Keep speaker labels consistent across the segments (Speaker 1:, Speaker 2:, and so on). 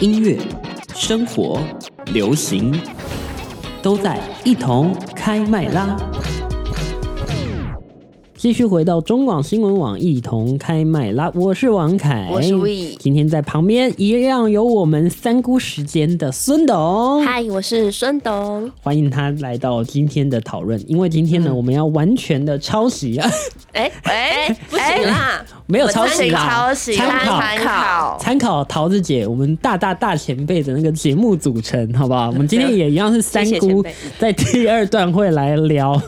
Speaker 1: 音乐、生活、流行，都在一同开麦啦！继续回到中广新闻网，一同开麦啦！我是王凯，
Speaker 2: 我是 We
Speaker 1: 今天在旁边一样有我们三姑时间的孙董，
Speaker 2: 嗨，我是孙董。
Speaker 1: 欢迎他来到今天的讨论。因为今天呢，
Speaker 2: 嗯
Speaker 1: 我们要完全的抄袭 啊，
Speaker 2: 哎哎，不行啦，
Speaker 1: 没有抄袭啦，
Speaker 3: 抄袭
Speaker 1: 参考
Speaker 2: 参考
Speaker 3: 考，
Speaker 1: 参考桃子姐我们大大大前辈的那个节目组成，好不好？我们今天也一样是三
Speaker 2: 谢谢前
Speaker 1: 姑
Speaker 2: 辈，
Speaker 1: 在第二段会来聊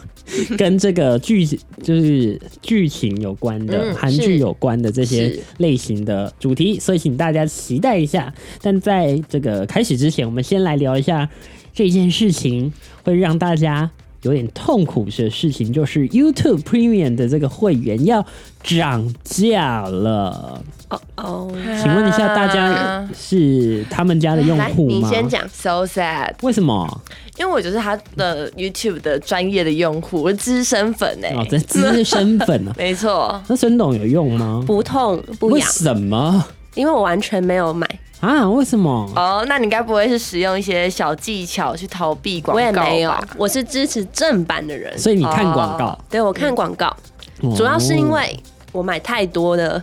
Speaker 1: 跟这个剧就是剧情有关的、
Speaker 2: 嗯
Speaker 1: 韩剧有关的这些
Speaker 2: 是
Speaker 1: 类型的主题，所以请大家期待一下。但在这个开始之前，我们先来聊一下这件事情会让大家。有点痛苦的事情就是 YouTube Premium 的这个会员要涨价了。
Speaker 2: 哦哦，
Speaker 1: 请问一下，大家是他们家的用
Speaker 2: 啊来，
Speaker 1: 户
Speaker 2: 你
Speaker 1: 吗？
Speaker 2: 先讲。
Speaker 3: so sad，
Speaker 1: 为什么？
Speaker 3: 因为我就是他的 YouTube 的专业的用户，我是资深粉哎、？
Speaker 1: 哦，这这是身份 呢、啊
Speaker 3: 没错，
Speaker 1: 那孙董有用吗？
Speaker 2: 不痛不
Speaker 1: 为
Speaker 2: 痒，
Speaker 1: 什么
Speaker 2: 因为我完全没有买，
Speaker 1: 啊？为什么？
Speaker 3: 哦、那你该不会是使用一些小技巧去逃避广
Speaker 2: 我
Speaker 3: 告
Speaker 2: 也
Speaker 3: 吧？
Speaker 2: 没有，我是支持正版的人。
Speaker 1: 所以你嗯看广告，
Speaker 2: 对我看广告，哦主要是因为我买太多的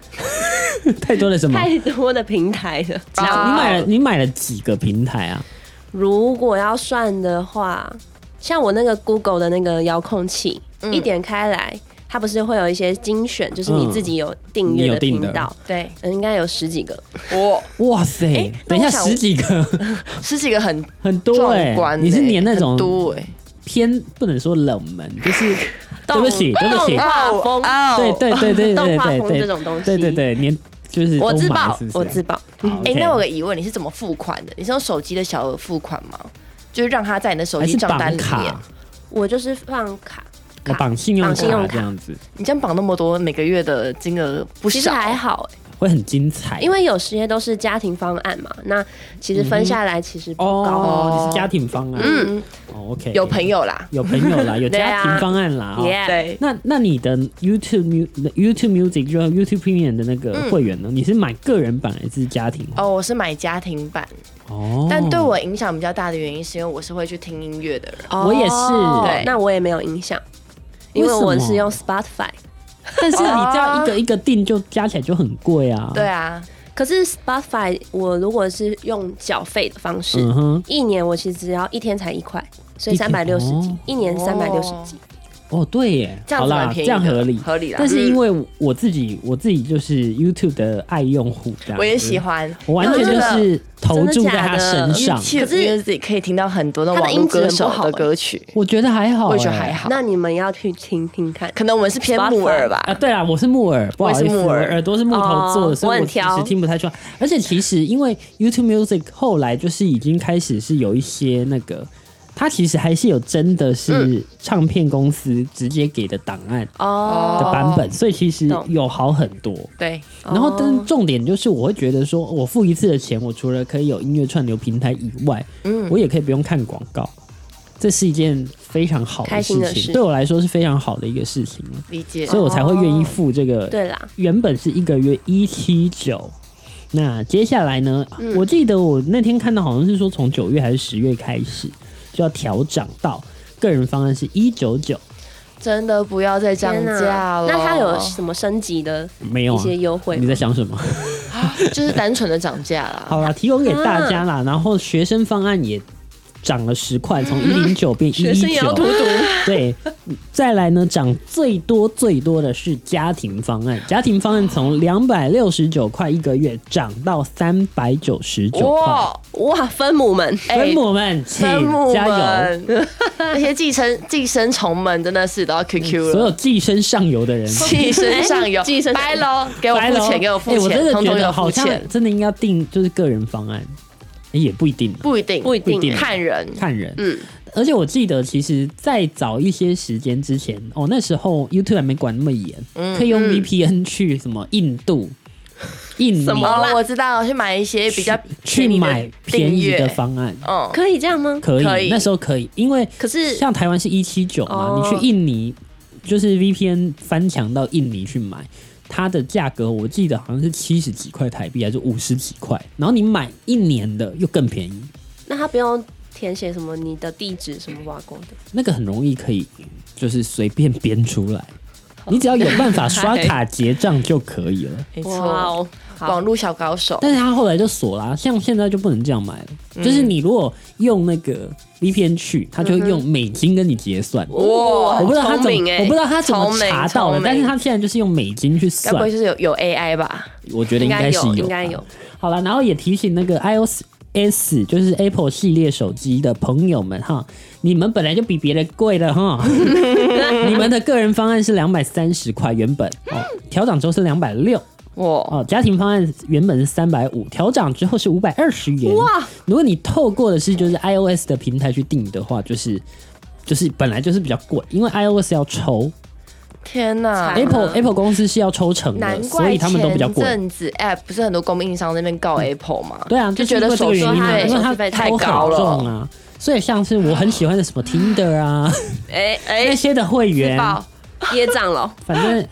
Speaker 1: 哦太多了什么？
Speaker 2: 太多的平台 了。
Speaker 3: 哦
Speaker 1: 你买了你买了几个平台啊？
Speaker 2: 如果要算的话，像我那个 Google 的那个遥控器，一点开来，它不是会有一些精选，就是你自己有
Speaker 1: 嗯
Speaker 2: 订
Speaker 1: 你
Speaker 2: 阅
Speaker 1: 有
Speaker 2: 的
Speaker 1: 订
Speaker 2: 频
Speaker 1: 的
Speaker 2: 道，
Speaker 3: 对，
Speaker 2: 嗯应该有十几个。
Speaker 3: 我
Speaker 1: 哇塞！
Speaker 3: 那
Speaker 1: 等一下，
Speaker 3: 我想
Speaker 1: 十几个，
Speaker 3: 是几个很
Speaker 1: 很多哎、
Speaker 3: 壮观、欸，
Speaker 1: 你是连那种
Speaker 3: 很多哎、
Speaker 1: 偏不能说冷门， 就是对不起，对不起
Speaker 2: 动，画风，
Speaker 3: 哦
Speaker 1: 对对对对对
Speaker 2: 动画
Speaker 1: 对
Speaker 2: 风这
Speaker 1: 对
Speaker 2: 种东西，
Speaker 1: 对对，对，连就是
Speaker 3: 我自
Speaker 1: 都买
Speaker 3: 爆
Speaker 1: 是不是
Speaker 2: 我自爆。
Speaker 1: 好
Speaker 3: 哎、
Speaker 1: OK
Speaker 3: 那我有个疑问，你是怎么付款的？你是用手机的小额付款吗？就是让他在你的手
Speaker 1: 还
Speaker 3: 机
Speaker 1: 是
Speaker 3: 账
Speaker 1: 绑
Speaker 3: 单里面
Speaker 1: 卡，，
Speaker 2: 我就是放卡，
Speaker 1: 哦绑信用
Speaker 2: 绑信用
Speaker 1: 卡
Speaker 2: 卡
Speaker 1: 这样子
Speaker 3: 你这样绑那么多，每个月的金额不
Speaker 2: 其实
Speaker 3: 少。
Speaker 2: 还好、欸
Speaker 1: 会很精彩，
Speaker 2: 因为有些都是家庭方案嘛，那其实分下来其实不高。
Speaker 1: 嗯哦，你是家庭方案，
Speaker 2: 嗯，
Speaker 1: 哦，OK，
Speaker 3: 有朋友啦，
Speaker 1: 有朋友 啦，有
Speaker 2: 对啊
Speaker 1: 家庭方案啦，哦
Speaker 2: Yeah
Speaker 3: 对，
Speaker 1: 那那你的 YouTube Mu YouTube Music 就是 YouTube Premium 的那
Speaker 3: 嗯
Speaker 1: 个会员呢？你是买个人版还是家庭？
Speaker 3: 哦，我是买家庭版，
Speaker 1: 哦，
Speaker 3: 但对我影响比较大的原因是因为我是会去听音乐的人。
Speaker 2: 哦
Speaker 1: 我也是
Speaker 3: 对
Speaker 2: 那我也没有影响，因
Speaker 1: 为
Speaker 2: 为
Speaker 1: 什么
Speaker 2: 我是用 Spotify。
Speaker 1: 但是你这样 一个一个订就加起来就很贵啊。
Speaker 3: 哦对，啊，
Speaker 2: 可是 Spotify 我如果是用缴费的方式，
Speaker 1: 嗯哼，
Speaker 2: 一年我其实只要一天才一块，所以
Speaker 1: 一天
Speaker 2: 三百六十几
Speaker 1: 哦，
Speaker 2: 一年三百六十
Speaker 3: 哦
Speaker 2: 几。
Speaker 1: 哦对耶，
Speaker 3: 这样
Speaker 1: 好
Speaker 3: 子蛮
Speaker 1: 啦，这
Speaker 3: 便宜
Speaker 1: 样
Speaker 3: 的
Speaker 1: 合理。
Speaker 3: 合理啦。嗯
Speaker 1: 但是因为我自己，我自己就是 YouTube 的爱用户，这样子
Speaker 3: 我也喜，欢，
Speaker 1: 我哦完全就是投注在他身上。
Speaker 3: YouTube
Speaker 2: 可是
Speaker 3: Music 可以听到很多那种
Speaker 2: 它的
Speaker 3: 网
Speaker 2: 音
Speaker 3: 络
Speaker 2: 质很
Speaker 3: 歌手
Speaker 2: 不好
Speaker 3: 的
Speaker 2: 欸
Speaker 3: 歌曲，
Speaker 1: 我觉得还好耶，欸
Speaker 3: 我也觉得还好。
Speaker 2: 那你们要去听听看，
Speaker 3: 可能我们是偏木耳吧
Speaker 1: 啊，，对啦，我是木耳，不好意
Speaker 3: 我也
Speaker 1: 思，
Speaker 3: 是木
Speaker 1: 我
Speaker 3: 耳
Speaker 1: 耳朵是木头做的，
Speaker 2: 哦
Speaker 1: 所以
Speaker 2: 我
Speaker 1: 我
Speaker 2: 很
Speaker 1: 其
Speaker 2: 挑
Speaker 1: 实听不太出来。而且其实因为 YouTube Music 后来就是已经开始是有一些那个，它其实还是有真的
Speaker 3: 嗯
Speaker 1: 是唱片公司直接给的档案
Speaker 2: 哦
Speaker 1: 的版本，所以其实
Speaker 2: 懂
Speaker 1: 有好很多。
Speaker 3: 对，
Speaker 2: 哦
Speaker 1: 然后，但是重点就是，我会觉得说，我付一次的钱，我除了可以有音乐串流平台以外，嗯，我也可以不用看广告，这是一件非常好的
Speaker 2: 开
Speaker 1: 事
Speaker 2: 心的
Speaker 1: 情，
Speaker 2: 事哦
Speaker 1: 对我来说是非常好的一个事情，
Speaker 3: 理解。
Speaker 1: 所以我才会愿意付这个。
Speaker 2: 对啦，
Speaker 1: 原本是一个月一七九，那接下来呢？
Speaker 2: 嗯
Speaker 1: 我记得我那天看到好像是说从九月还是十月开始就要调涨到个人方案是一九九，
Speaker 3: 真的不要再涨
Speaker 2: 天哪
Speaker 3: 价了。
Speaker 2: 那它有什么升级的
Speaker 1: 没有
Speaker 2: 一
Speaker 1: 啊？
Speaker 2: 些优惠
Speaker 1: 你
Speaker 2: 吗？
Speaker 1: 在想什么？
Speaker 3: 就是单纯的涨价啦。
Speaker 1: 好啦，提供给大家
Speaker 3: 啊
Speaker 1: 啦。然后学生方案也涨了十块，从一零九 变一
Speaker 2: 学生
Speaker 1: 一
Speaker 2: 也要
Speaker 1: 九
Speaker 2: 荼。毒，
Speaker 1: 对，再来呢，涨最多最多的是家庭方案，家庭方案从两百六十九块一个月涨到三百九十九块。
Speaker 3: 哇，哎
Speaker 2: 哇，分 母们，
Speaker 1: 分母们，请
Speaker 3: 分母
Speaker 1: 加油！
Speaker 3: 们， 那些寄生寄生虫们真的是都要 QQ
Speaker 1: 所有
Speaker 3: 了。
Speaker 1: 寄生上游的人，
Speaker 3: 寄生上游，
Speaker 2: 哎 寄生上
Speaker 3: 拜喽，给我
Speaker 1: 拜
Speaker 3: 付
Speaker 1: 咯
Speaker 3: 钱，给我付
Speaker 1: 哎
Speaker 3: 钱，
Speaker 1: 我真的
Speaker 3: 统
Speaker 1: 觉
Speaker 3: 统给
Speaker 1: 得
Speaker 3: 我
Speaker 1: 好
Speaker 3: 付
Speaker 1: 像
Speaker 3: 钱，
Speaker 1: 真的应该定就是个人方案，哎也不一定啊，
Speaker 3: 不一定，
Speaker 2: 不一定
Speaker 1: 不一定
Speaker 3: 看人，
Speaker 1: 看人。
Speaker 2: 嗯，
Speaker 1: 而且我记得，其实再早一些时间之前，哦，那时候 YouTube 还没管那么严，
Speaker 3: 嗯
Speaker 1: 可以用 VPN 去什么印 度、印尼
Speaker 2: 什么
Speaker 3: 哦
Speaker 2: 啦，
Speaker 3: 我知道，去买一些比较
Speaker 1: 去
Speaker 3: 便宜的
Speaker 1: 买便宜
Speaker 3: 订
Speaker 1: 的
Speaker 3: 阅
Speaker 1: 方案，
Speaker 3: 嗯，
Speaker 2: 可以这样吗？
Speaker 1: 可以，
Speaker 3: 可以
Speaker 1: 那时候可以，因为
Speaker 2: 可是
Speaker 1: 像台湾是一七九嘛，
Speaker 2: 哦
Speaker 1: 你去印尼就是 VPN 翻墙到印尼去买。它的价格我记得好像是七十几块台币还是五十几块，然后你买一年的又更便宜，
Speaker 2: 那他不用填写什么你的地址什么挖工的，
Speaker 1: 那个很容易可以就是随便编出来，你只要有办法刷卡结账就可以了。
Speaker 3: 没
Speaker 2: 哇
Speaker 3: 错，
Speaker 2: 哦，好
Speaker 3: 网，络小高手，
Speaker 1: 但是他后来就锁啦、像现在就不能这样买了。就是你如果用那个 VPN 去，他就会用美金跟你结算。
Speaker 3: 哇
Speaker 1: 我不知道他
Speaker 2: 聪
Speaker 1: 怎
Speaker 2: 明
Speaker 1: 么，
Speaker 2: 哎，
Speaker 1: 我不知道他怎么
Speaker 3: 聪明
Speaker 1: 查到的，
Speaker 3: 聪明
Speaker 1: 但是他现在就是用美金去
Speaker 3: 该不
Speaker 1: 算
Speaker 3: 会，就是有有 AI 吧？
Speaker 1: 我觉得应该是
Speaker 2: 有，应
Speaker 1: 吧
Speaker 2: 该有。
Speaker 1: 好了，然后也提醒那个 iOS。S 就是 Apple 系列手机的朋友们哈，你们本来就比别人贵了 哈，你们的个人方案是两百三十块原本哦，调整之后是两百六
Speaker 3: 哇，
Speaker 1: 哦，家庭方案原本是三百五，调整之后是五百二十元
Speaker 2: 哇！
Speaker 1: 如果你透过的是就是 iOS 的平台去订的话，就是就是本来就是比较贵，因为 iOS 要抽
Speaker 3: 天
Speaker 2: 惨！了
Speaker 3: 哪
Speaker 1: Apple Apple 公司是要抽成
Speaker 3: 啊难
Speaker 2: 哎
Speaker 1: 的，哎所
Speaker 3: 怪
Speaker 1: 以他们都比较
Speaker 3: 前
Speaker 1: 贵。
Speaker 3: 阵子 App 不是很多供应商在那边告 Apple 吗？
Speaker 1: 对啊，
Speaker 3: 就
Speaker 1: 就是
Speaker 3: 觉
Speaker 1: 因
Speaker 3: 得
Speaker 1: 为这个
Speaker 3: 手
Speaker 1: 原因
Speaker 3: 续
Speaker 1: 啊，
Speaker 3: 费
Speaker 1: 因为
Speaker 3: 手
Speaker 1: 它
Speaker 3: 续费太
Speaker 1: 抽很
Speaker 3: 高
Speaker 1: 重
Speaker 3: 了，
Speaker 1: 啊。所以像是我很喜欢的什么 Tinder 啊
Speaker 2: 哎
Speaker 1: 那哦
Speaker 2: 哎，
Speaker 1: 些的会员，
Speaker 3: 爆
Speaker 2: 噎胀 了
Speaker 1: 反 正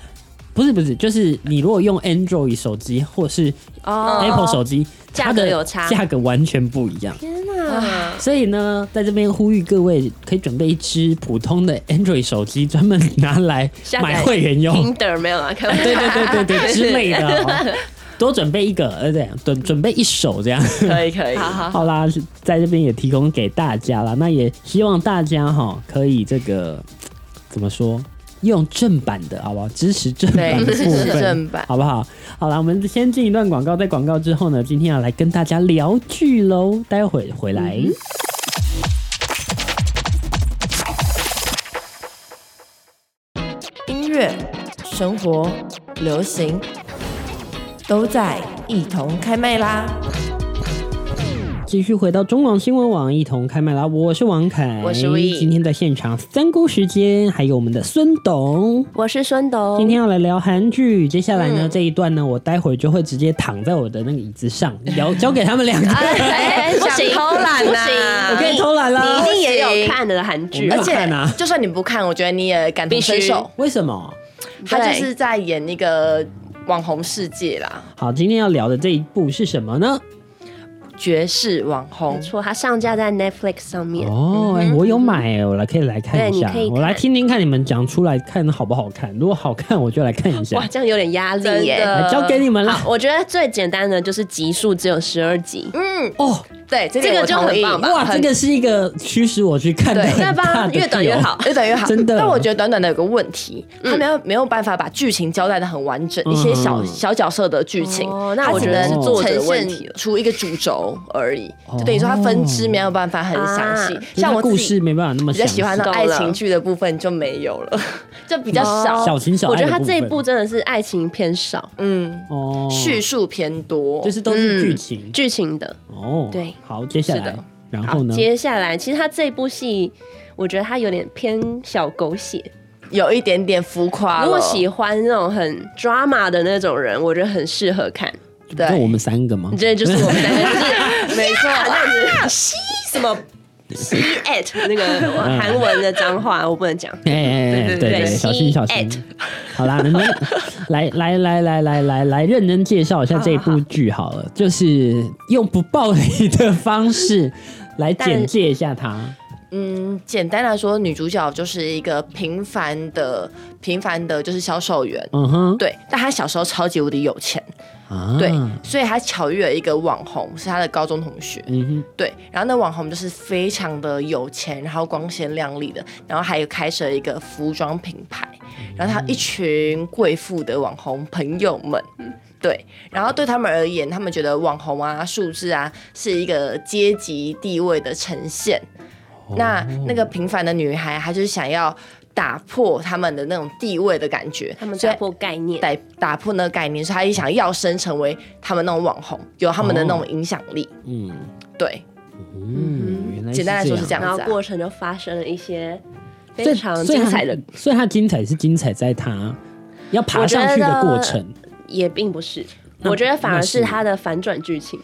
Speaker 1: 不是不是，就是你如果用 Android 手机或是
Speaker 2: 哦
Speaker 1: Apple 手机，
Speaker 2: 价
Speaker 1: 它
Speaker 2: 格
Speaker 1: 的
Speaker 2: 有差
Speaker 1: 价格完全不一样。
Speaker 2: 天哪，
Speaker 1: 所以呢，在这边呼吁各位，可以准备一支普通的 Android 手机，专门拿来
Speaker 2: 下载
Speaker 1: 买会员用。
Speaker 2: Tinder 没有啦，开玩笑
Speaker 1: 对对对对 对之类的哦、多准备一个，呃，对，准准备一手这样。
Speaker 3: 可以可以，
Speaker 2: 好好好，
Speaker 1: 好啦，在这边也提供给大家啦，那也希望大家哈可以这个怎么说，用正版的好不好？支持正版的
Speaker 3: 对
Speaker 1: 部
Speaker 3: 支持
Speaker 1: 分，
Speaker 3: 正版
Speaker 1: 好不好？好啦，我们先进一段广告，在广告之后呢，今天要来跟大家聊剧喽，待会回来。
Speaker 3: 嗯音乐、生活、流行都在一同开麦啦！
Speaker 1: 继续回到中广新闻网，一同开麦啦！我是王凯，
Speaker 2: 我是 We
Speaker 1: 今天在现场三姑时间，还有我们的孙董。
Speaker 2: 我是孙董，
Speaker 1: 今天要来聊韩剧，接下来呢、
Speaker 2: 嗯
Speaker 1: 这一段呢，我待会儿就会直接躺在我的那个椅子上， 聊交给他们两个。
Speaker 2: 哎
Speaker 3: 想偷懒
Speaker 2: 不
Speaker 3: 呐
Speaker 2: 行，
Speaker 1: 我可以偷懒啊啦
Speaker 2: 啊你一定也有
Speaker 3: 不行
Speaker 2: 看的韩
Speaker 1: 我没
Speaker 2: 剧吧，
Speaker 1: 有
Speaker 3: 而且
Speaker 1: 看啊
Speaker 3: 就算你不看，我觉得你也感同身受。
Speaker 1: 为什么？
Speaker 3: 他
Speaker 2: 对
Speaker 3: 就是在演那个网红世界啦，
Speaker 1: 好，今天要聊的这一部是什么呢？
Speaker 3: 绝世网红
Speaker 2: 没。错，它上架在 Netflix 上面。
Speaker 1: 哦，哎、我有买耶，我来可以来看一下
Speaker 2: 嗯对你可以，看
Speaker 1: 我来听听看你们讲出来看好不好看。如果好看，我就来看一下
Speaker 2: 哇，。这样有点压力
Speaker 3: 真
Speaker 2: 耶
Speaker 3: 的。
Speaker 1: 来哎交给你们了
Speaker 2: 好，。我觉得最简单的就是集数只有十二集，
Speaker 3: 嗯，
Speaker 1: 哦，
Speaker 3: 对，这
Speaker 2: 这个
Speaker 3: 个我
Speaker 2: 就
Speaker 3: 同
Speaker 2: 很
Speaker 3: 意
Speaker 2: 棒吧
Speaker 1: 哇，这个是一个驱使我去看的
Speaker 3: 对
Speaker 1: 很大的哦
Speaker 2: 越短越
Speaker 1: 理由
Speaker 2: 好。
Speaker 3: 越短呃越好，
Speaker 1: 真的
Speaker 3: 但我觉得短短的有个问题，
Speaker 2: 嗯
Speaker 3: 他没有没有办法把剧情交代的很完整，
Speaker 1: 嗯
Speaker 3: 一些小小角色的剧情
Speaker 2: 哦，那
Speaker 3: 它
Speaker 1: 我
Speaker 3: 只
Speaker 1: 觉得是
Speaker 3: 能
Speaker 2: 作者的
Speaker 3: 呈
Speaker 2: 问题
Speaker 3: 现
Speaker 2: 了
Speaker 3: 出一个主轴而已，
Speaker 1: 哦
Speaker 3: 就等于说它分支没有办法很详细
Speaker 2: 啊。
Speaker 1: 像
Speaker 3: 像
Speaker 1: 我
Speaker 3: 我
Speaker 1: 故
Speaker 3: 自己
Speaker 1: 事没办法那么
Speaker 3: 比较
Speaker 1: 详
Speaker 3: 喜欢的
Speaker 2: 懂
Speaker 3: 爱
Speaker 2: 了
Speaker 3: 情剧的部分就没有了，就比较
Speaker 2: 哦
Speaker 3: 少，
Speaker 1: 小情小爱
Speaker 2: 我觉得
Speaker 1: 的
Speaker 2: 它这
Speaker 1: 部
Speaker 2: 一
Speaker 1: 分
Speaker 2: 部真的是爱情偏少，
Speaker 3: 嗯，
Speaker 1: 哦，
Speaker 3: 叙述偏多，
Speaker 1: 就是都是剧
Speaker 2: 嗯
Speaker 1: 情
Speaker 2: 剧情的。
Speaker 1: 哦。
Speaker 2: 对，
Speaker 1: 好，接下
Speaker 3: 是
Speaker 1: 来
Speaker 3: 的
Speaker 1: 然
Speaker 2: 好
Speaker 1: 后，呢？
Speaker 2: 接下来其实它这部戏，我觉得它有点偏小狗血。
Speaker 3: 有一点点浮夸了。
Speaker 2: 如果喜欢那种很 drama 的那种人，我觉得很适合看。
Speaker 3: 对
Speaker 1: 就我们三个吗
Speaker 2: 你？这就是我们三个字，没错，那是什么 c at 那个韩文的脏话，我不能讲。
Speaker 1: 哎哎哎，对
Speaker 3: 对对
Speaker 1: 对，
Speaker 2: 对
Speaker 1: 小心
Speaker 2: C
Speaker 1: 小心
Speaker 2: at。
Speaker 1: 好啦，能不能来来来来来来来认真介绍一下这部剧好了？就是用不暴力的方式来简介一下它。
Speaker 3: 嗯，简单来说，女主角就是一个平凡的平凡的，就是销售员。
Speaker 1: 嗯哼，
Speaker 3: 对，但她小时候超级无敌有钱，
Speaker 1: 啊
Speaker 3: 对，所以她巧遇了一个网红，是她的高中同学，
Speaker 1: 嗯
Speaker 3: 对，然后那网红就是非常的有钱，然后光鲜亮丽的，然后还有开设一个服装品牌，然后她一群贵妇的网红朋友们，
Speaker 2: 嗯
Speaker 3: 对，然后对他们而言，他们觉得网红啊、数字啊是一个阶级地位的呈现，
Speaker 1: 哼，
Speaker 3: 那
Speaker 1: 哦
Speaker 3: 那个平凡的女孩，她就是想要打破他们的那种地位的感觉，
Speaker 2: 他们
Speaker 3: 所以
Speaker 2: 打破概念，
Speaker 3: 打打破那个概念，所以她也想要升成为他们那种网红，有他们的那种影响力。
Speaker 1: 嗯
Speaker 3: 对，
Speaker 1: 嗯，原来
Speaker 3: 简单来说是这样
Speaker 2: 然后
Speaker 3: 子啊
Speaker 2: 过程就发生了一些非
Speaker 1: 这
Speaker 2: 常精彩的，，
Speaker 1: 所以它所以它精彩是精彩在它要爬上去的过程。
Speaker 2: 也并不是。
Speaker 1: 那
Speaker 2: 我觉得反而是
Speaker 1: 那是
Speaker 2: 它的反转剧情，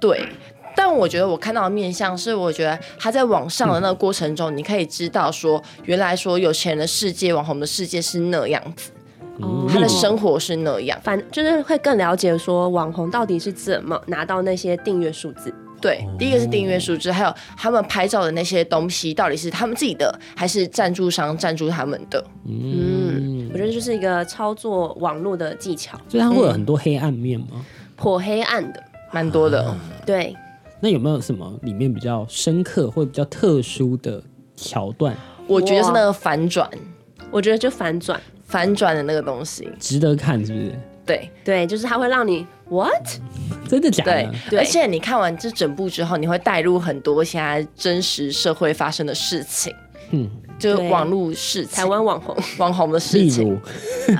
Speaker 3: 对。但我觉得我看到的面相是，我觉得她在网上的那个过程中，你可以知道说，原来说有钱人的世界、网红的世界是那样子，
Speaker 1: 嗯
Speaker 3: 他的
Speaker 1: 例如
Speaker 3: 生活是那样。
Speaker 2: 反就是会更了解说网红到底是怎么拿到那些订阅数字。
Speaker 3: 对，第一个是订阅数字，还有他们拍照的那些东西，到底是他们自己的，还是赞助商赞助他们的？
Speaker 1: 嗯，
Speaker 2: 我觉得这就是一个操作网络的技巧，
Speaker 1: 所以它会有很多黑暗面吗？
Speaker 2: 颇黑暗的。
Speaker 3: 蛮多的。
Speaker 2: 对，
Speaker 1: 那有没有什么里面比较深刻或比较特殊的桥段
Speaker 3: 我觉得是那个反转，
Speaker 2: 我觉得就反转，
Speaker 3: 反转的那个东西。
Speaker 1: 值得看？是不是？
Speaker 3: 对
Speaker 2: 对，就是它会让你 what？
Speaker 1: 真的假
Speaker 3: 对
Speaker 1: 的？
Speaker 2: 对
Speaker 3: 而且你看完这整部之后，你会带入很多现在真实社会发生的事情，
Speaker 1: 嗯，
Speaker 3: 就是
Speaker 2: 对
Speaker 3: 网络事情、
Speaker 2: 台湾网红
Speaker 3: 网红的
Speaker 1: 例
Speaker 3: 事情。
Speaker 1: 如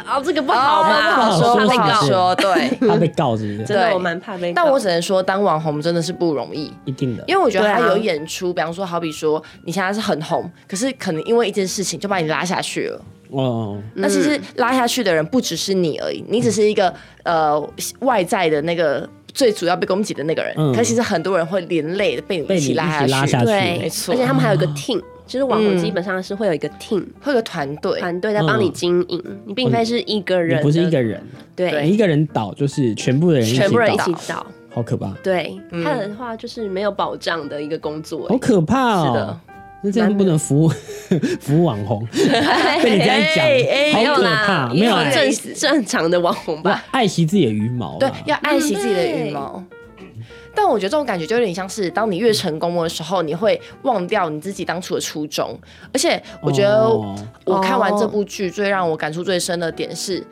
Speaker 2: 哦，这个不好
Speaker 3: 不
Speaker 2: 吧？
Speaker 3: 好
Speaker 1: 哦
Speaker 3: 说，
Speaker 1: 不
Speaker 3: 不
Speaker 1: 好
Speaker 3: 好
Speaker 1: 说
Speaker 3: 说。对，
Speaker 1: 他被告，是不是？
Speaker 2: 真的
Speaker 3: 对
Speaker 2: 我蛮怕被告，
Speaker 3: 但我只能说，当网红真的是不容易。
Speaker 1: 一定的，
Speaker 3: 因为我觉得
Speaker 2: 对啊
Speaker 3: 他有演出，比方说，好比说你现在是很红，可是可能因为一件事情就把你拉下去了。
Speaker 1: 哦，
Speaker 3: 那其实拉下去的人不只是你而已，你只是一个呃外在的那个最主要被攻击的那个人，
Speaker 1: 嗯
Speaker 3: 可是其实很多人会连累的被你
Speaker 1: 被
Speaker 3: 一
Speaker 1: 你
Speaker 3: 起
Speaker 1: 一起
Speaker 3: 拉下去，
Speaker 1: 拉下去，嗯
Speaker 2: 对，
Speaker 3: 没错嗯
Speaker 2: 而且他们还有一个 team，就是网红基本上是会有一个 team
Speaker 3: 会有个团队，
Speaker 2: 团队在帮你经营，你并非是一个
Speaker 1: 嗯你
Speaker 2: 人的，
Speaker 1: 不是一个人，
Speaker 2: 对，
Speaker 1: 你一个人倒就是全部的人一起嗯
Speaker 2: 全部人一
Speaker 1: 倒
Speaker 2: 起倒，
Speaker 1: 好可怕，
Speaker 2: 对，他的话就是没有保障的一个工作，
Speaker 1: 好可怕哦。
Speaker 3: 是的，
Speaker 1: 那这样不能服务 服务网 红，被你这样
Speaker 3: 哎
Speaker 1: 讲，
Speaker 3: 哎
Speaker 2: 没
Speaker 1: 好
Speaker 2: 有
Speaker 1: 可
Speaker 2: 啦
Speaker 1: 怕，，没
Speaker 2: 也
Speaker 1: 有
Speaker 2: 有
Speaker 1: 啦
Speaker 3: 这
Speaker 2: 正正常的网红
Speaker 1: 要
Speaker 2: 吧，
Speaker 1: 爱惜自己的羽毛啊
Speaker 3: 对
Speaker 1: 啦，，
Speaker 3: 要爱惜自己的羽毛。但我觉得这种感觉就有点像是，当你越成功的时候，你会忘掉你自己当初的初衷。而且我觉得
Speaker 1: 哦
Speaker 3: 我看完这部剧，最让我感触最深的点是，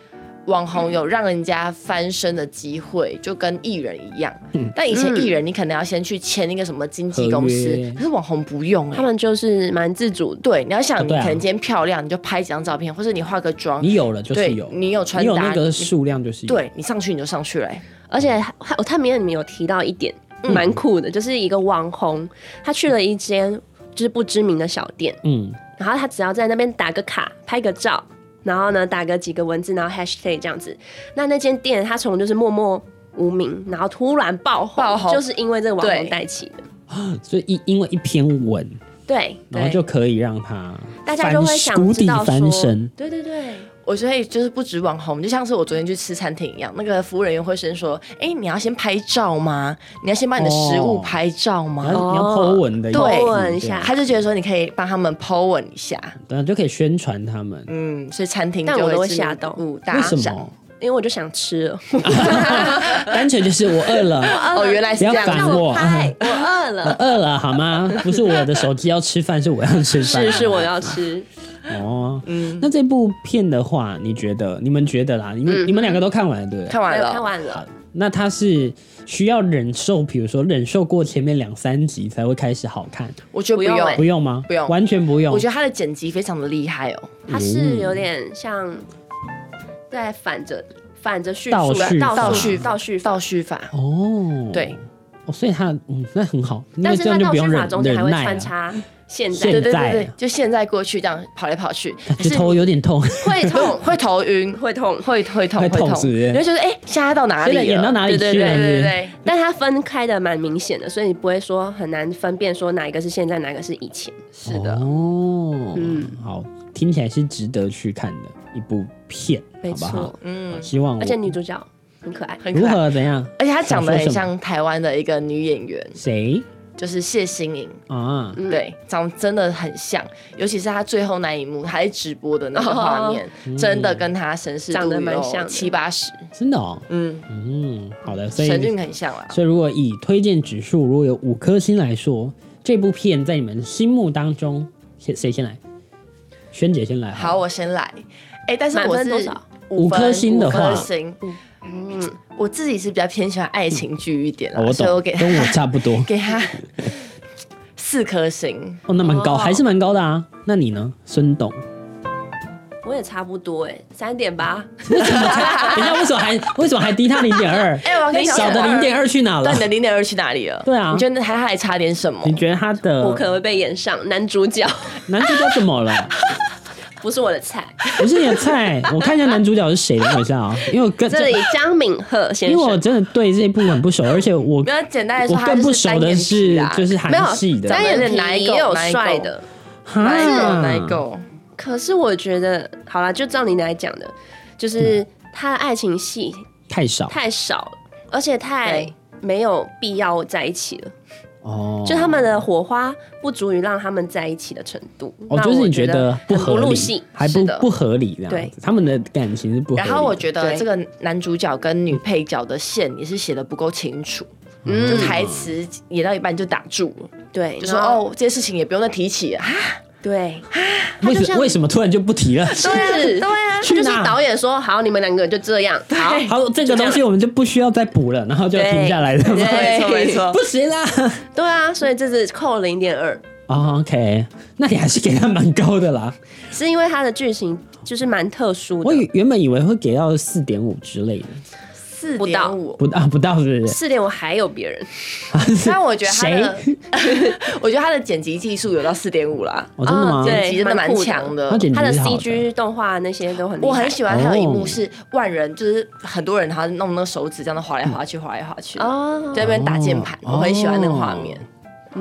Speaker 3: 网红有让人家翻身的机会，就跟艺人一样。
Speaker 1: 嗯
Speaker 3: 但以前艺人你可能要先去签一个什么经纪公
Speaker 1: 合
Speaker 3: 司
Speaker 1: 约，
Speaker 3: 可是网红不用、欸，
Speaker 2: 他们就是蛮自主的，
Speaker 3: 对你要想，
Speaker 1: 啊
Speaker 3: 你
Speaker 1: 对啊
Speaker 3: 可能今天漂亮，你就拍几张照片，或者你化个妆，
Speaker 1: 你有了就是
Speaker 3: 对
Speaker 1: 有，
Speaker 3: 你有穿
Speaker 1: 你有
Speaker 3: 搭
Speaker 1: 那个
Speaker 3: 你
Speaker 1: 数量就是有，
Speaker 3: 对你上去你就上去了、欸
Speaker 2: 而且还还我看里面你们有提到一点蛮
Speaker 1: 嗯
Speaker 2: 酷的，就是一个网红，他去了一间就是不知名的小店，
Speaker 1: 嗯，
Speaker 2: 然后他只要在那边打个卡、拍个照，然后呢打个几个文字，然后 hashtag 这样子。那那间店他从就是默默无名，然后突然爆红，
Speaker 3: 爆红
Speaker 2: 就是因为这个网红
Speaker 3: 对
Speaker 2: 带起的。
Speaker 1: 所以因因为一篇文，
Speaker 2: 对，
Speaker 1: 然后就可以让他
Speaker 2: 大家就会
Speaker 1: 翻
Speaker 2: 想
Speaker 1: 谷
Speaker 2: 知
Speaker 1: 底
Speaker 2: 道
Speaker 1: 翻
Speaker 2: 说
Speaker 1: 身，，
Speaker 2: 对对对，
Speaker 3: 我觉得就是不止网红，就像是我昨天去吃餐厅一样，那个服务人员会先说：“哎、你要先拍照吗？你要先把你的食物拍照
Speaker 1: 你
Speaker 3: 吗？”
Speaker 1: 要你要
Speaker 2: 哦
Speaker 1: Po 文的意思，
Speaker 3: 对
Speaker 2: Po 文一下
Speaker 3: 他就觉得说你可以帮他们 po 文一下，
Speaker 1: 然后就可以宣传他们。
Speaker 3: 嗯，所以餐厅
Speaker 2: 但我都
Speaker 3: 就
Speaker 2: 会
Speaker 3: 会
Speaker 2: 吓到
Speaker 3: 五大
Speaker 1: 为什
Speaker 3: 展
Speaker 1: 么？
Speaker 2: 因为我就想吃了，
Speaker 1: 单纯就是我饿了，
Speaker 3: 哦，原来是
Speaker 1: 不要
Speaker 3: 这样
Speaker 1: 烦
Speaker 3: 子，
Speaker 1: 我，
Speaker 2: 嗨，我饿了，
Speaker 1: 饿了好吗？不是我的手机要吃饭，是我要吃饭。 啊
Speaker 2: 是是我嗯要吃，
Speaker 1: 哦，那这部片的话，你觉得？你们觉得啦？你们、你们两个都看完了，对不对？
Speaker 3: 看完
Speaker 2: 嗯看
Speaker 3: 了，
Speaker 2: 完了，
Speaker 1: 那它是需要忍受，比如说忍受过前面两三集才会开始好看，
Speaker 3: 我觉得不
Speaker 2: 不用欸
Speaker 3: 用
Speaker 1: 不，用吗？
Speaker 3: 不用
Speaker 1: 完全不用。
Speaker 3: 我觉得他的剪辑非常的厉害哦，
Speaker 2: 它是有点像在反着反着叙
Speaker 1: 倒
Speaker 2: 述啊
Speaker 1: 叙法
Speaker 2: 倒叙
Speaker 3: 倒
Speaker 2: 倒叙法。
Speaker 3: 倒叙法，
Speaker 1: 哦，
Speaker 3: 对，
Speaker 1: 哦，所以它嗯，那很好，那
Speaker 2: 但是
Speaker 1: 这
Speaker 2: 它
Speaker 1: 样就
Speaker 2: 倒
Speaker 1: 不用
Speaker 2: 叙
Speaker 1: 忍
Speaker 2: 法中间还
Speaker 1: 忍
Speaker 2: 会
Speaker 1: 耐啊
Speaker 2: 穿
Speaker 1: 了。
Speaker 2: 插现
Speaker 1: 现在
Speaker 2: 在
Speaker 3: 对对对对，就现在过去这样跑来跑去，
Speaker 1: 这头有点痛，
Speaker 3: 会 痛，会头晕，会痛，会会痛，
Speaker 1: 会痛
Speaker 3: 痛
Speaker 1: 是不是
Speaker 3: 你会觉得哎，现在到哪里
Speaker 1: 现在
Speaker 3: 了？
Speaker 1: 演到哪里去了
Speaker 3: 对对对
Speaker 1: 是
Speaker 3: 对
Speaker 1: 不是
Speaker 3: 对
Speaker 2: 但它分开的蛮明显的，所以你不会说很难分辨说哪一个是现在，哪一个是以前。
Speaker 3: 对，是的。
Speaker 1: 哦，
Speaker 2: 嗯
Speaker 1: 好，听起来是值得去看的一部片，
Speaker 2: 没
Speaker 1: 好不好
Speaker 2: 错？，
Speaker 1: 好
Speaker 3: 嗯，
Speaker 1: 希望我
Speaker 2: 而且女主角很可爱，
Speaker 3: 很
Speaker 1: 如
Speaker 3: 可爱。
Speaker 1: 何怎样？
Speaker 3: 而且她长得
Speaker 1: 想
Speaker 3: 很
Speaker 1: 说什
Speaker 3: 像台湾的一个女演员，
Speaker 1: 谁
Speaker 3: 就是谢欣颖，
Speaker 1: 啊？
Speaker 2: 嗯
Speaker 3: 对，长得真的很像，尤其是她最后那一幕，她在直播的那个画面，真
Speaker 1: 嗯
Speaker 3: 的跟她身世
Speaker 2: 哦长得
Speaker 3: 度
Speaker 2: 蛮像
Speaker 3: 有
Speaker 2: 的
Speaker 3: 七八十，
Speaker 1: 真的哦，
Speaker 3: 嗯，
Speaker 1: 嗯，好的，所以
Speaker 3: 神韵很像啦。
Speaker 1: 所以如果以推荐指数如果有五颗星来说，这部片在你们心目当中，谁谁先来？萱姐先来了。
Speaker 3: 好，我先来，哎，但是
Speaker 2: 满
Speaker 3: 我
Speaker 2: 分
Speaker 3: 是
Speaker 2: 多少？
Speaker 1: 五颗
Speaker 3: 分
Speaker 1: 星的话
Speaker 3: 五颗星，嗯，我自己是比较偏喜欢爱情剧一点啦，
Speaker 1: 哦我
Speaker 3: 所以
Speaker 1: 懂，
Speaker 3: 我给
Speaker 1: 跟我差不多
Speaker 3: 。给他 四颗星。
Speaker 1: 哦，那蛮高，还是蛮高的啊。那你呢，孙 董？
Speaker 2: 我也差不多哎，三点八。
Speaker 1: 嗯等一下，为什么还为什么还低他零点二？
Speaker 3: 哎我要跟你讲
Speaker 1: 少的零点二去哪了
Speaker 3: 但你？的零点二去哪里了？
Speaker 1: 对啊
Speaker 3: 你觉得他还差点什么
Speaker 1: 你？觉得他
Speaker 2: 我可
Speaker 1: 的
Speaker 2: 能会被演上男主 角，
Speaker 1: 男主角怎么了？
Speaker 2: 不是我的菜。
Speaker 1: 不是你的菜。我看一下男主角是谁，等我一下啊，因为我跟
Speaker 2: 这里张敏赫先
Speaker 1: 因为我
Speaker 2: 生，
Speaker 1: 真的对这一部很不熟，而且我
Speaker 3: 没有简单来说，
Speaker 1: 我更
Speaker 3: 他
Speaker 1: 不熟
Speaker 3: 就是单
Speaker 1: 的
Speaker 3: 眼皮
Speaker 1: 是
Speaker 3: 啊啦
Speaker 1: 就是韩系的，
Speaker 3: 没有
Speaker 2: 张眼皮
Speaker 3: 哪一个
Speaker 2: 也有
Speaker 3: 哪一个
Speaker 2: 帅的，
Speaker 1: 哈
Speaker 2: 嗯
Speaker 3: 哪一个哪一个？
Speaker 2: 可是我觉得，好啦，就照你来讲的，
Speaker 1: 嗯
Speaker 2: 就是他的爱情戏
Speaker 1: 太少
Speaker 2: 太少了，而且太
Speaker 3: 对
Speaker 2: 没有必要在一起了，
Speaker 1: 哦，
Speaker 2: 就他们的火花不足以让他们在一起的程度。
Speaker 1: 哦，
Speaker 2: 那
Speaker 1: 就是
Speaker 2: 我
Speaker 1: 你觉得
Speaker 2: 很
Speaker 1: 合
Speaker 2: 入
Speaker 1: 理，
Speaker 2: 戏，
Speaker 1: 还
Speaker 2: 是
Speaker 1: 不
Speaker 2: 的
Speaker 1: 不合理这样
Speaker 2: 对
Speaker 1: 子，他们的感情是不合理的。
Speaker 3: 然后我觉得
Speaker 2: 对
Speaker 3: 这个男主角跟女配角的线也是写的不够清楚，
Speaker 1: 嗯
Speaker 3: 就台词演到一半就打住了，
Speaker 2: 对，
Speaker 3: 就
Speaker 2: 嗯
Speaker 3: 说
Speaker 2: 然后，
Speaker 3: 哦，这些事情也不用再提起啊。
Speaker 2: 对，
Speaker 1: 为
Speaker 2: 就
Speaker 1: 什
Speaker 2: 像
Speaker 1: 为什么突然就不提了？
Speaker 2: 对啊，
Speaker 3: 是
Speaker 2: 对啊，
Speaker 1: 去
Speaker 2: 就是
Speaker 1: 哪
Speaker 2: 导演说好，你们两个就这样，好，
Speaker 1: 好，这个
Speaker 2: 就这
Speaker 1: 东
Speaker 2: 样
Speaker 1: 西我们就不需要再补了，然后就
Speaker 2: 对
Speaker 1: 停下来了。
Speaker 2: 对没错没错
Speaker 1: 不行啦。
Speaker 2: 对啊，所以这是扣零点二，
Speaker 1: 哦 OK，那你还是给他蛮高的啦。
Speaker 2: 是因为它的剧情就是蛮特殊
Speaker 1: 我
Speaker 2: 的，
Speaker 1: 以原本以为会给到四点五之类的，
Speaker 3: 四
Speaker 2: 不到
Speaker 3: 点五，
Speaker 1: 不啊不到是 不是？
Speaker 2: 四点我还有别人，
Speaker 3: 但我觉得他的
Speaker 1: 谁？，
Speaker 3: 我觉得他的剪辑技术有到四点五啦，
Speaker 1: 哦，真的吗？
Speaker 2: 啊对
Speaker 3: 剪辑真的
Speaker 2: 蛮
Speaker 3: 蛮
Speaker 2: 酷的
Speaker 3: 强的
Speaker 1: 他。剪辑
Speaker 2: 它的
Speaker 1: 是好
Speaker 2: CG 动画那些都很厉害，
Speaker 3: 我很喜欢他有一幕
Speaker 1: 哦
Speaker 3: 是万人，就是很多人他弄那个手指这样子划来划去，划来划去，
Speaker 2: 哦，
Speaker 3: 在那边打键盘，
Speaker 1: 哦
Speaker 3: 我很喜欢那个画面，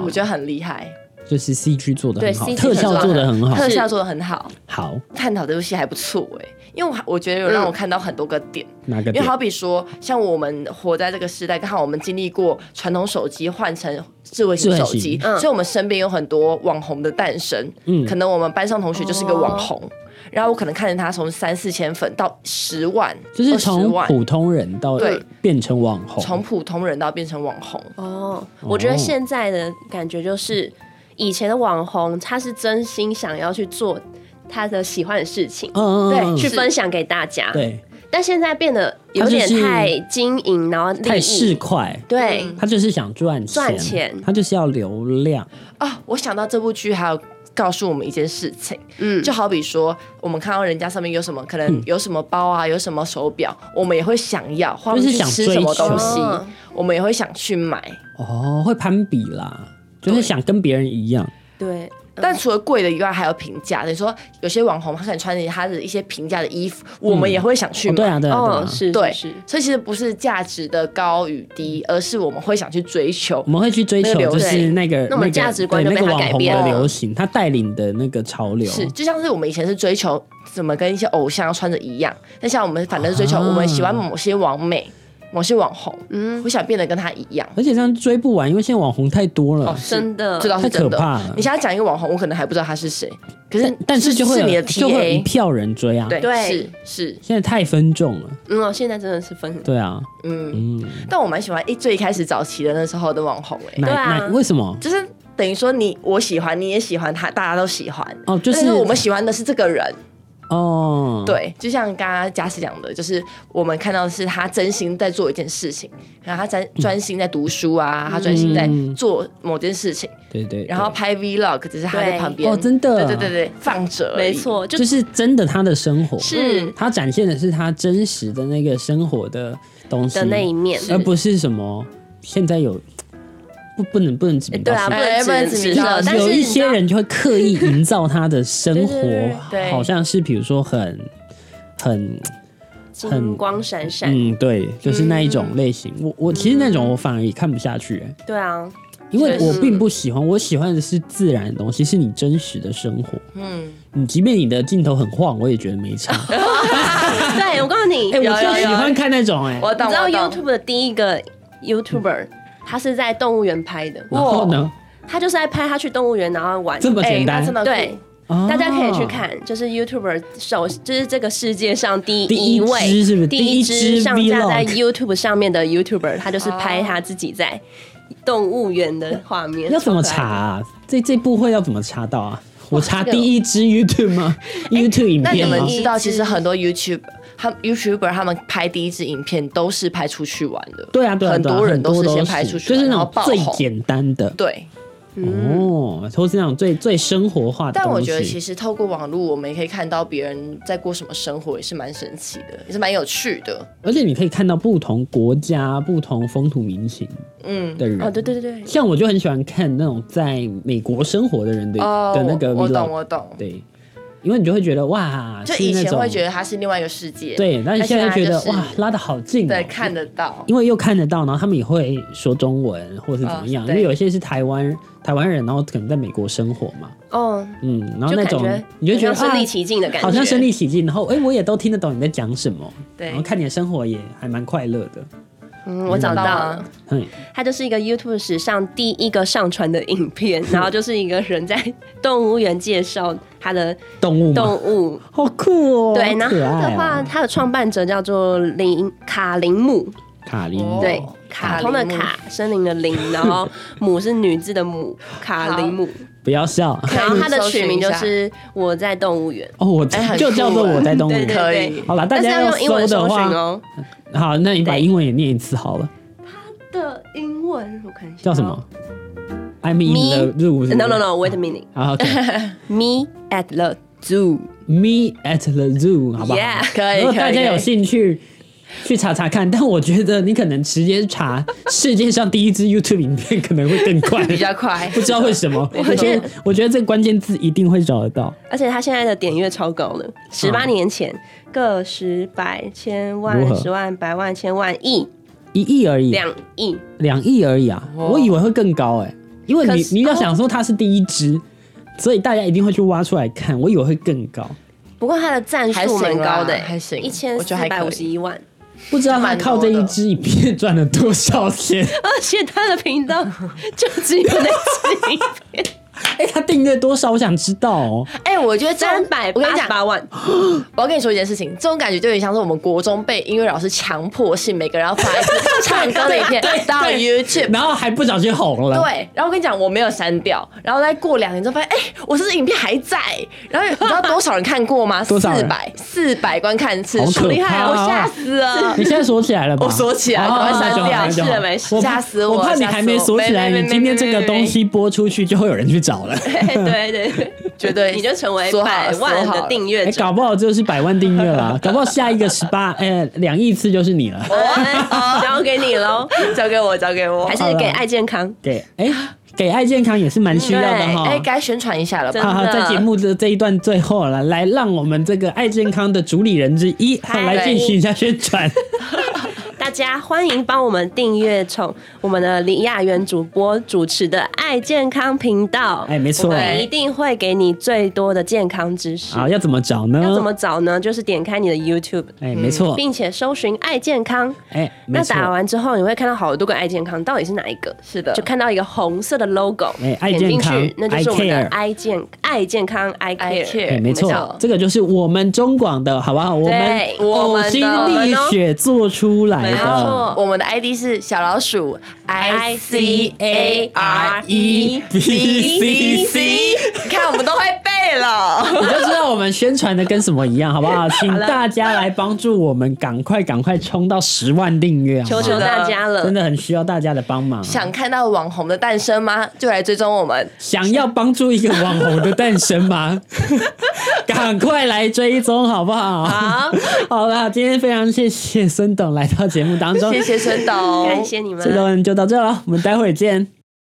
Speaker 3: 我觉得很厉害，
Speaker 1: 就是 CG 做的很好，
Speaker 2: 对 CG
Speaker 1: 特效做的很好。
Speaker 3: 特效做的很好。
Speaker 1: 好，
Speaker 3: 探讨这部戏还不错哎、因为我还我觉得有让我看到很多个点，
Speaker 1: 哪个
Speaker 3: 因为
Speaker 1: 点？
Speaker 3: 好比说，像我们活在这个时代，刚好我们经历过传统手机换成智慧型手机，
Speaker 2: 嗯
Speaker 3: 所以我们身边有很多网红的诞生，
Speaker 1: 嗯
Speaker 3: 可能我们班上同学就是个网红。然后我可能看着他从三四千粉到十万，
Speaker 1: 就是
Speaker 3: 20
Speaker 1: 从
Speaker 3: 万
Speaker 1: 普通人到
Speaker 3: 对
Speaker 1: 变成网红，
Speaker 3: 从普通人到变成网红，
Speaker 2: 哦，我觉得现在的感觉就是，以前的网红他是真心想要去做他的喜欢的事情，
Speaker 1: 嗯嗯嗯，
Speaker 2: 去
Speaker 1: 是
Speaker 2: 分享给大家。
Speaker 1: 对，
Speaker 2: 但现在变得有点太经营，然后利益
Speaker 1: 太市侩。
Speaker 2: 对、
Speaker 1: 他就是想赚钱，
Speaker 2: 赚钱
Speaker 1: 他就是要流量，
Speaker 3: 啊、我想到这部剧还有告诉我们一件事情，
Speaker 2: 嗯
Speaker 3: 嗯，就好比说我们看到人家上面有什么，可
Speaker 1: 嗯
Speaker 3: 能有什么包啊，有什么手表，我们也会想要，或者
Speaker 1: 就是是想
Speaker 3: 吃什么
Speaker 1: 追求
Speaker 3: 东西
Speaker 2: 哦，
Speaker 3: 我们也会想去买。
Speaker 1: 哦，会攀比啦，就是想跟别人一样，
Speaker 2: 对，
Speaker 3: 但除了贵的以外，还有平价。你说有些网红他可能穿着他的一些平价的衣服，我们也会想去
Speaker 1: 哦对
Speaker 3: 买。
Speaker 1: 啊，对啊，对
Speaker 2: 哦
Speaker 1: 啊，
Speaker 2: 是
Speaker 3: 对
Speaker 2: 是是，
Speaker 3: 所以其实不是价值的高与低，而是我们会想去追求
Speaker 1: 我。们会去追求
Speaker 3: 那个流
Speaker 1: 就是那个
Speaker 2: 那我们价值观
Speaker 1: 那
Speaker 2: 就
Speaker 1: 个对那
Speaker 2: 被他
Speaker 1: 个网
Speaker 2: 改
Speaker 1: 红
Speaker 2: 变
Speaker 1: 的
Speaker 2: 了
Speaker 1: 流行，他带领的那个潮流
Speaker 3: 是，就像是我们以前是追求怎么跟一些偶像穿着一样，但像我们反正是追求
Speaker 1: 啊
Speaker 3: 我们喜欢某些网美、某些网红，
Speaker 2: 嗯
Speaker 3: 我想变得跟他一样。
Speaker 1: 而且这样追不完，因为现在网红太多了，
Speaker 2: 真的
Speaker 3: 这倒哦是
Speaker 1: 哦太
Speaker 3: 真
Speaker 1: 可
Speaker 3: 的。
Speaker 1: 怕了
Speaker 3: 你。想要讲一个网红，我可能还不知道他是谁，可是
Speaker 1: 但但是就会
Speaker 3: 是
Speaker 1: 有
Speaker 3: 你的
Speaker 1: 就会有一
Speaker 3: TA，
Speaker 1: 票人追啊，
Speaker 3: 对，
Speaker 2: 对
Speaker 3: 是是，
Speaker 1: 现在太分众了，
Speaker 2: 嗯，哦现在真的是分很
Speaker 1: 对啊，
Speaker 3: 嗯。
Speaker 1: 嗯，
Speaker 3: 但我蛮喜欢一最一开始早期的那时候的网红、欸，
Speaker 1: 哪
Speaker 2: 对啊
Speaker 1: 哪为什么？
Speaker 3: 就是等于说你我喜欢，你也喜欢他，大家都喜欢。
Speaker 1: 哦，就
Speaker 3: 但
Speaker 1: 是
Speaker 3: 是我们喜欢的是这个人，
Speaker 1: 哦，，
Speaker 3: 对，就像刚刚嘉实讲的，就是我们看到的是他真心在做一件事情，然后他专
Speaker 1: 嗯
Speaker 3: 专心在读书啊，他专心在做某件事情，
Speaker 1: 对对，
Speaker 3: 然后拍 vlog，只是他在旁边，
Speaker 1: 哦，真的，
Speaker 3: 对对对，对，放着，
Speaker 2: 没，错，就
Speaker 1: 就。是真的他的生活，
Speaker 2: 嗯是
Speaker 1: 他展现的是他真实的那个生活的东西
Speaker 2: 的那一面，
Speaker 1: 而不是什么现在有不不能不能指名道
Speaker 2: 对啊，
Speaker 1: 姓
Speaker 2: 不。
Speaker 3: 哎
Speaker 2: 能
Speaker 3: 不能
Speaker 2: 指
Speaker 3: 指
Speaker 2: 名
Speaker 3: 名
Speaker 2: 道
Speaker 3: 道
Speaker 2: 姓呃
Speaker 3: 姓
Speaker 2: 但是
Speaker 1: 有一
Speaker 2: 你知
Speaker 1: 些
Speaker 2: 道
Speaker 1: 人就会刻 意营造他的生
Speaker 2: 对对对
Speaker 1: 活，
Speaker 3: 对
Speaker 1: 好像是比如说很很
Speaker 2: 金光闪闪，
Speaker 1: 嗯，对，就是那一
Speaker 2: 嗯
Speaker 1: 种类型。我我其实那种我反而也看不下去、欸，
Speaker 2: 对啊，
Speaker 1: 因为
Speaker 3: 确
Speaker 1: 我
Speaker 3: 实
Speaker 1: 并不喜欢，我喜欢的是自然的东西，是你真实的生活。
Speaker 3: 嗯，
Speaker 1: 你即便你的镜头很晃，我也觉得没 差。
Speaker 2: 对我告诉你，
Speaker 1: 哎、
Speaker 2: 有
Speaker 1: 我
Speaker 2: 有
Speaker 1: 就喜
Speaker 2: 有
Speaker 1: 欢看那种、哎，
Speaker 3: 我
Speaker 2: 你
Speaker 3: 懂，
Speaker 2: 知道
Speaker 3: 我
Speaker 2: YouTube
Speaker 3: YouTube
Speaker 2: 的第一个 YouTuber，他是在动物园拍的，
Speaker 1: 然后呢，
Speaker 2: 他就是在拍他去动物园然后玩。哎
Speaker 1: 这么简单
Speaker 3: 真，的
Speaker 2: 对，
Speaker 1: 哦
Speaker 2: 大家可以去。看，就是 YouTuber 首，就是这个世界上第
Speaker 1: 第一支
Speaker 2: 位，
Speaker 1: 是不是
Speaker 2: 第
Speaker 1: 第一
Speaker 2: 支
Speaker 1: 支
Speaker 2: 上架在
Speaker 1: vlog
Speaker 2: YouTube 上面的 YouTuber，他就是拍他自己在动物园的画面。
Speaker 1: 要怎么查、啊？这这部会要怎么查到啊？我查第一支 YouTube 吗、y
Speaker 2: 哎
Speaker 1: o u t u b e 影
Speaker 3: 那你
Speaker 1: 片吗
Speaker 3: 们？
Speaker 2: 一
Speaker 3: 知道，其
Speaker 2: 支
Speaker 3: 实很多 YouTube 他 YouTuber 他们拍第一支影片都是拍出去玩的，
Speaker 1: 对啊，对啊，
Speaker 3: 很
Speaker 1: 对啊
Speaker 3: 多人
Speaker 1: 都
Speaker 3: 都是
Speaker 1: 是
Speaker 3: 先拍出去
Speaker 1: 就是那
Speaker 3: 然后
Speaker 1: 种
Speaker 3: 爆
Speaker 1: 最
Speaker 3: 红
Speaker 1: 简单的
Speaker 3: 对。
Speaker 1: 哦，都是那种最最生活化的东西。
Speaker 3: 但我觉得其实透过网络，我们也可以看到别人在过什么生活，也是蛮神奇的，也是蛮有趣的。
Speaker 1: 而且你可以看到不同国家、不同风土民情
Speaker 3: 嗯，
Speaker 1: 的人。
Speaker 2: 哦，对对对对，
Speaker 1: 像我就很喜欢看那种在美国生活的人的、
Speaker 3: 哦，
Speaker 1: 的那个
Speaker 3: 我我
Speaker 1: vlog，
Speaker 3: 懂我懂。
Speaker 1: 对，因为你就会觉得哇，
Speaker 3: 就是以
Speaker 1: 那
Speaker 3: 前
Speaker 1: 种
Speaker 3: 会觉得它是另外一个世界，
Speaker 1: 对，但是现在
Speaker 3: 它
Speaker 1: 觉得、
Speaker 3: 就是
Speaker 1: 哇，拉的好近、哦，
Speaker 3: 对，看得到，
Speaker 1: 因为又看得到，然后他们也会说中文或是怎么样，
Speaker 3: 哦
Speaker 1: 因
Speaker 3: 对
Speaker 1: 为有一些是台湾台湾人，然后可能在美国生活嘛，
Speaker 2: 哦，
Speaker 1: 嗯，然后
Speaker 2: 就
Speaker 1: 那
Speaker 2: 感
Speaker 1: 种
Speaker 2: 觉
Speaker 1: 你就觉得
Speaker 2: 好像
Speaker 1: 啊
Speaker 2: 身，临其境的感觉，
Speaker 1: 好像身临其境，然后哎、我也都听得懂你在讲什么，
Speaker 3: 对
Speaker 1: 然后看你的生活也还蛮快乐的，
Speaker 2: 嗯，我找到了，
Speaker 1: 嗯，
Speaker 2: 它就是一个 YouTube 史上第一个上传的影片，然后就是一个人在动物园介绍他的
Speaker 1: 动物嘛，
Speaker 2: 动物。
Speaker 1: 好酷哦，
Speaker 2: 对，
Speaker 1: 好
Speaker 2: 然后
Speaker 1: 可爱
Speaker 2: 的话，
Speaker 1: 哦、
Speaker 2: 它的创办者叫做林卡林姆，
Speaker 1: 卡林
Speaker 3: 哦
Speaker 2: 对，
Speaker 3: 卡
Speaker 2: 卡通的
Speaker 3: 林姆
Speaker 2: 卡，森林的林，然后母是女字的母，卡林姆。
Speaker 1: 不要笑
Speaker 2: 然后它的
Speaker 3: 可以搜
Speaker 2: 取
Speaker 3: 寻
Speaker 2: 名
Speaker 3: 一
Speaker 2: 就
Speaker 3: 下
Speaker 2: 是我在动物园，
Speaker 1: 哦，我
Speaker 3: 哎很
Speaker 1: 就叫做
Speaker 3: 酷哎
Speaker 1: 我在动物
Speaker 2: 对
Speaker 1: 园。
Speaker 2: 对
Speaker 3: 可
Speaker 2: 对
Speaker 3: 以。
Speaker 1: 好了，大
Speaker 2: 但是
Speaker 1: 家
Speaker 2: 要用英
Speaker 1: 搜
Speaker 2: 文
Speaker 1: 的
Speaker 2: 搜寻
Speaker 1: 话，
Speaker 2: 哦。
Speaker 1: 好，那你把
Speaker 2: 对
Speaker 1: 英文也念一次好了，
Speaker 2: 的英文我看一下
Speaker 1: 叫什么？I'm in the zoo 是不是。
Speaker 2: ？No No No，Wait a minute。
Speaker 1: 好，OK。
Speaker 2: Me at the zoo。
Speaker 1: Me at the Zoo，好不好
Speaker 2: Yeah，
Speaker 3: 可
Speaker 1: 如
Speaker 3: 以
Speaker 1: 果
Speaker 3: 可以
Speaker 1: 大家
Speaker 3: 可以
Speaker 1: 有兴趣去查查看，但我觉得你可能直接查世界上第一支 YouTube 影片可能会更快，
Speaker 3: 比较快，
Speaker 1: 不知道为什么。我
Speaker 2: 我
Speaker 1: 觉
Speaker 2: 觉
Speaker 1: 得
Speaker 2: 得，
Speaker 1: 我觉得这个关键字一定会找得到。
Speaker 2: 而且他现在的点阅超高了，十八
Speaker 1: 嗯
Speaker 2: 年前个十百千
Speaker 1: 如何
Speaker 2: 万十万百万千万亿
Speaker 1: 一亿而已，
Speaker 2: 两亿，
Speaker 1: 两亿而已啊！
Speaker 3: 哦
Speaker 1: 我以为会更高哎、因为
Speaker 2: 可
Speaker 1: 你
Speaker 2: 是
Speaker 1: 你要想说它是第一支，所以大家一定会去挖出来看。我以为会更高，
Speaker 2: 不过他的赞
Speaker 3: 还
Speaker 2: 数
Speaker 3: 行
Speaker 2: 蛮
Speaker 3: 啦
Speaker 2: 高的、
Speaker 3: 还行
Speaker 2: 一千
Speaker 3: 我
Speaker 2: 四
Speaker 3: 觉得还
Speaker 2: 百
Speaker 3: 可
Speaker 2: 五十一万，
Speaker 1: 不知道他
Speaker 3: 蛮
Speaker 1: 靠
Speaker 3: 高
Speaker 1: 这
Speaker 3: 的
Speaker 1: 一支影片赚了多少钱。
Speaker 2: 而且他的频道 就只有那几 片，
Speaker 1: 哎、他订阅多少？我想知道哦。
Speaker 3: 哎、我觉得这
Speaker 2: 三
Speaker 3: 种
Speaker 2: 百
Speaker 3: 我跟
Speaker 2: 八
Speaker 3: 你
Speaker 2: 十
Speaker 3: 讲，
Speaker 2: 八万，
Speaker 3: 我要跟你说一件事情，这种感觉就有点像是我们国中被音乐老师强迫性，每个人要发 一次唱歌的影片到
Speaker 1: 对
Speaker 3: YouTube。
Speaker 1: 然后还不小心红了。
Speaker 3: 对，然后我跟你讲，我没有删掉，然后再过两年之后发现，哎、我这支影片还在，然后你知道多少人看过吗？
Speaker 1: 多少人
Speaker 3: 四百四百观看次
Speaker 1: 好可
Speaker 3: 数，
Speaker 1: 怕
Speaker 3: 我
Speaker 1: 哦
Speaker 3: 吓死了
Speaker 1: 你。现在锁起来了吧？
Speaker 3: 我锁起来
Speaker 1: 哦
Speaker 3: 赶快
Speaker 1: 那
Speaker 3: 删
Speaker 1: 就好
Speaker 3: 掉
Speaker 1: 那就好
Speaker 2: 没事没事
Speaker 1: 我怕
Speaker 3: 吓死
Speaker 1: 我！
Speaker 3: 我
Speaker 1: 怕你
Speaker 3: 吓死
Speaker 1: 还没
Speaker 3: 我
Speaker 1: 锁起来，
Speaker 3: 没没
Speaker 1: 你今天这个
Speaker 3: 没没
Speaker 1: 东西播出去，就会有人去找了。
Speaker 2: 对 对对，
Speaker 3: 绝对
Speaker 2: 你就成为
Speaker 3: 说好
Speaker 2: 百
Speaker 3: 了
Speaker 2: 万
Speaker 3: 说好
Speaker 2: 的
Speaker 3: 了
Speaker 2: 订阅
Speaker 1: 哎，
Speaker 2: 者。
Speaker 1: 搞不好就是百万订阅 了，搞不好下一个十八，哎，两亿次就是你了。
Speaker 2: 哎交给你喽，
Speaker 3: 交给我，交给我，
Speaker 2: 还是给爱健康？
Speaker 1: 给哎，给爱健康也是蛮需要的哈。
Speaker 3: 哎，该宣传一下了吧？
Speaker 2: 真
Speaker 1: 好好，
Speaker 2: 的
Speaker 1: 在节目的这一段最后了，来让我们这个爱健康的主理人之一，
Speaker 2: 嗨
Speaker 1: 来进行一下宣传。
Speaker 2: 大家欢迎帮我们订阅从我们的李雅媛主播主持的爱健康频道。
Speaker 1: 哎，没
Speaker 2: 我
Speaker 1: 错。哎
Speaker 2: 们一定会给你最多的健康知识。
Speaker 1: 啊好，要怎么找呢？
Speaker 2: 要怎么找呢？就是点开你的 YouTube，
Speaker 1: 哎，没错。
Speaker 3: 嗯
Speaker 2: 并且搜寻“爱健康”。
Speaker 1: 哎，没
Speaker 2: 那
Speaker 1: 错。
Speaker 2: 打完之后，你会看到好多个“爱健康”，到底是哪一个？
Speaker 3: 是的
Speaker 2: 就看到一个红色的 logo，
Speaker 1: 哎爱
Speaker 2: 点
Speaker 1: 健
Speaker 2: 进
Speaker 1: 康
Speaker 2: 去，那就是我们
Speaker 1: I care
Speaker 2: 的“爱健爱健康 I
Speaker 3: I
Speaker 2: care”。
Speaker 3: care，
Speaker 1: 哎，没错，这个就是我们中广的，好不好？我们
Speaker 2: 对
Speaker 3: 我
Speaker 1: 呕
Speaker 3: 们的
Speaker 1: 心沥血做出来
Speaker 2: 没
Speaker 1: 的。
Speaker 2: 错，
Speaker 3: 我们的 ID 是小老鼠 I C A R E
Speaker 1: B
Speaker 3: B
Speaker 1: C C
Speaker 3: C C，看我们都会背了。
Speaker 1: 你就知道我们宣传的跟什么一样，好 不好？请大家来帮助我们，赶快赶快冲到十万订阅，好
Speaker 2: 求
Speaker 1: 吗
Speaker 2: 求大家了
Speaker 1: 真。的很需要大家的帮忙。
Speaker 3: 想看到网红的诞生吗？就来追踪我们。
Speaker 1: 想要帮助一个网红的诞生吗？ 赶快来追踪，好不好？
Speaker 2: 好，
Speaker 1: 好啦，今天非常谢谢孙董来到节目当中，
Speaker 3: 谢谢孙董，
Speaker 2: 感谢你们
Speaker 1: 孙。董就到这了，我们待会儿见，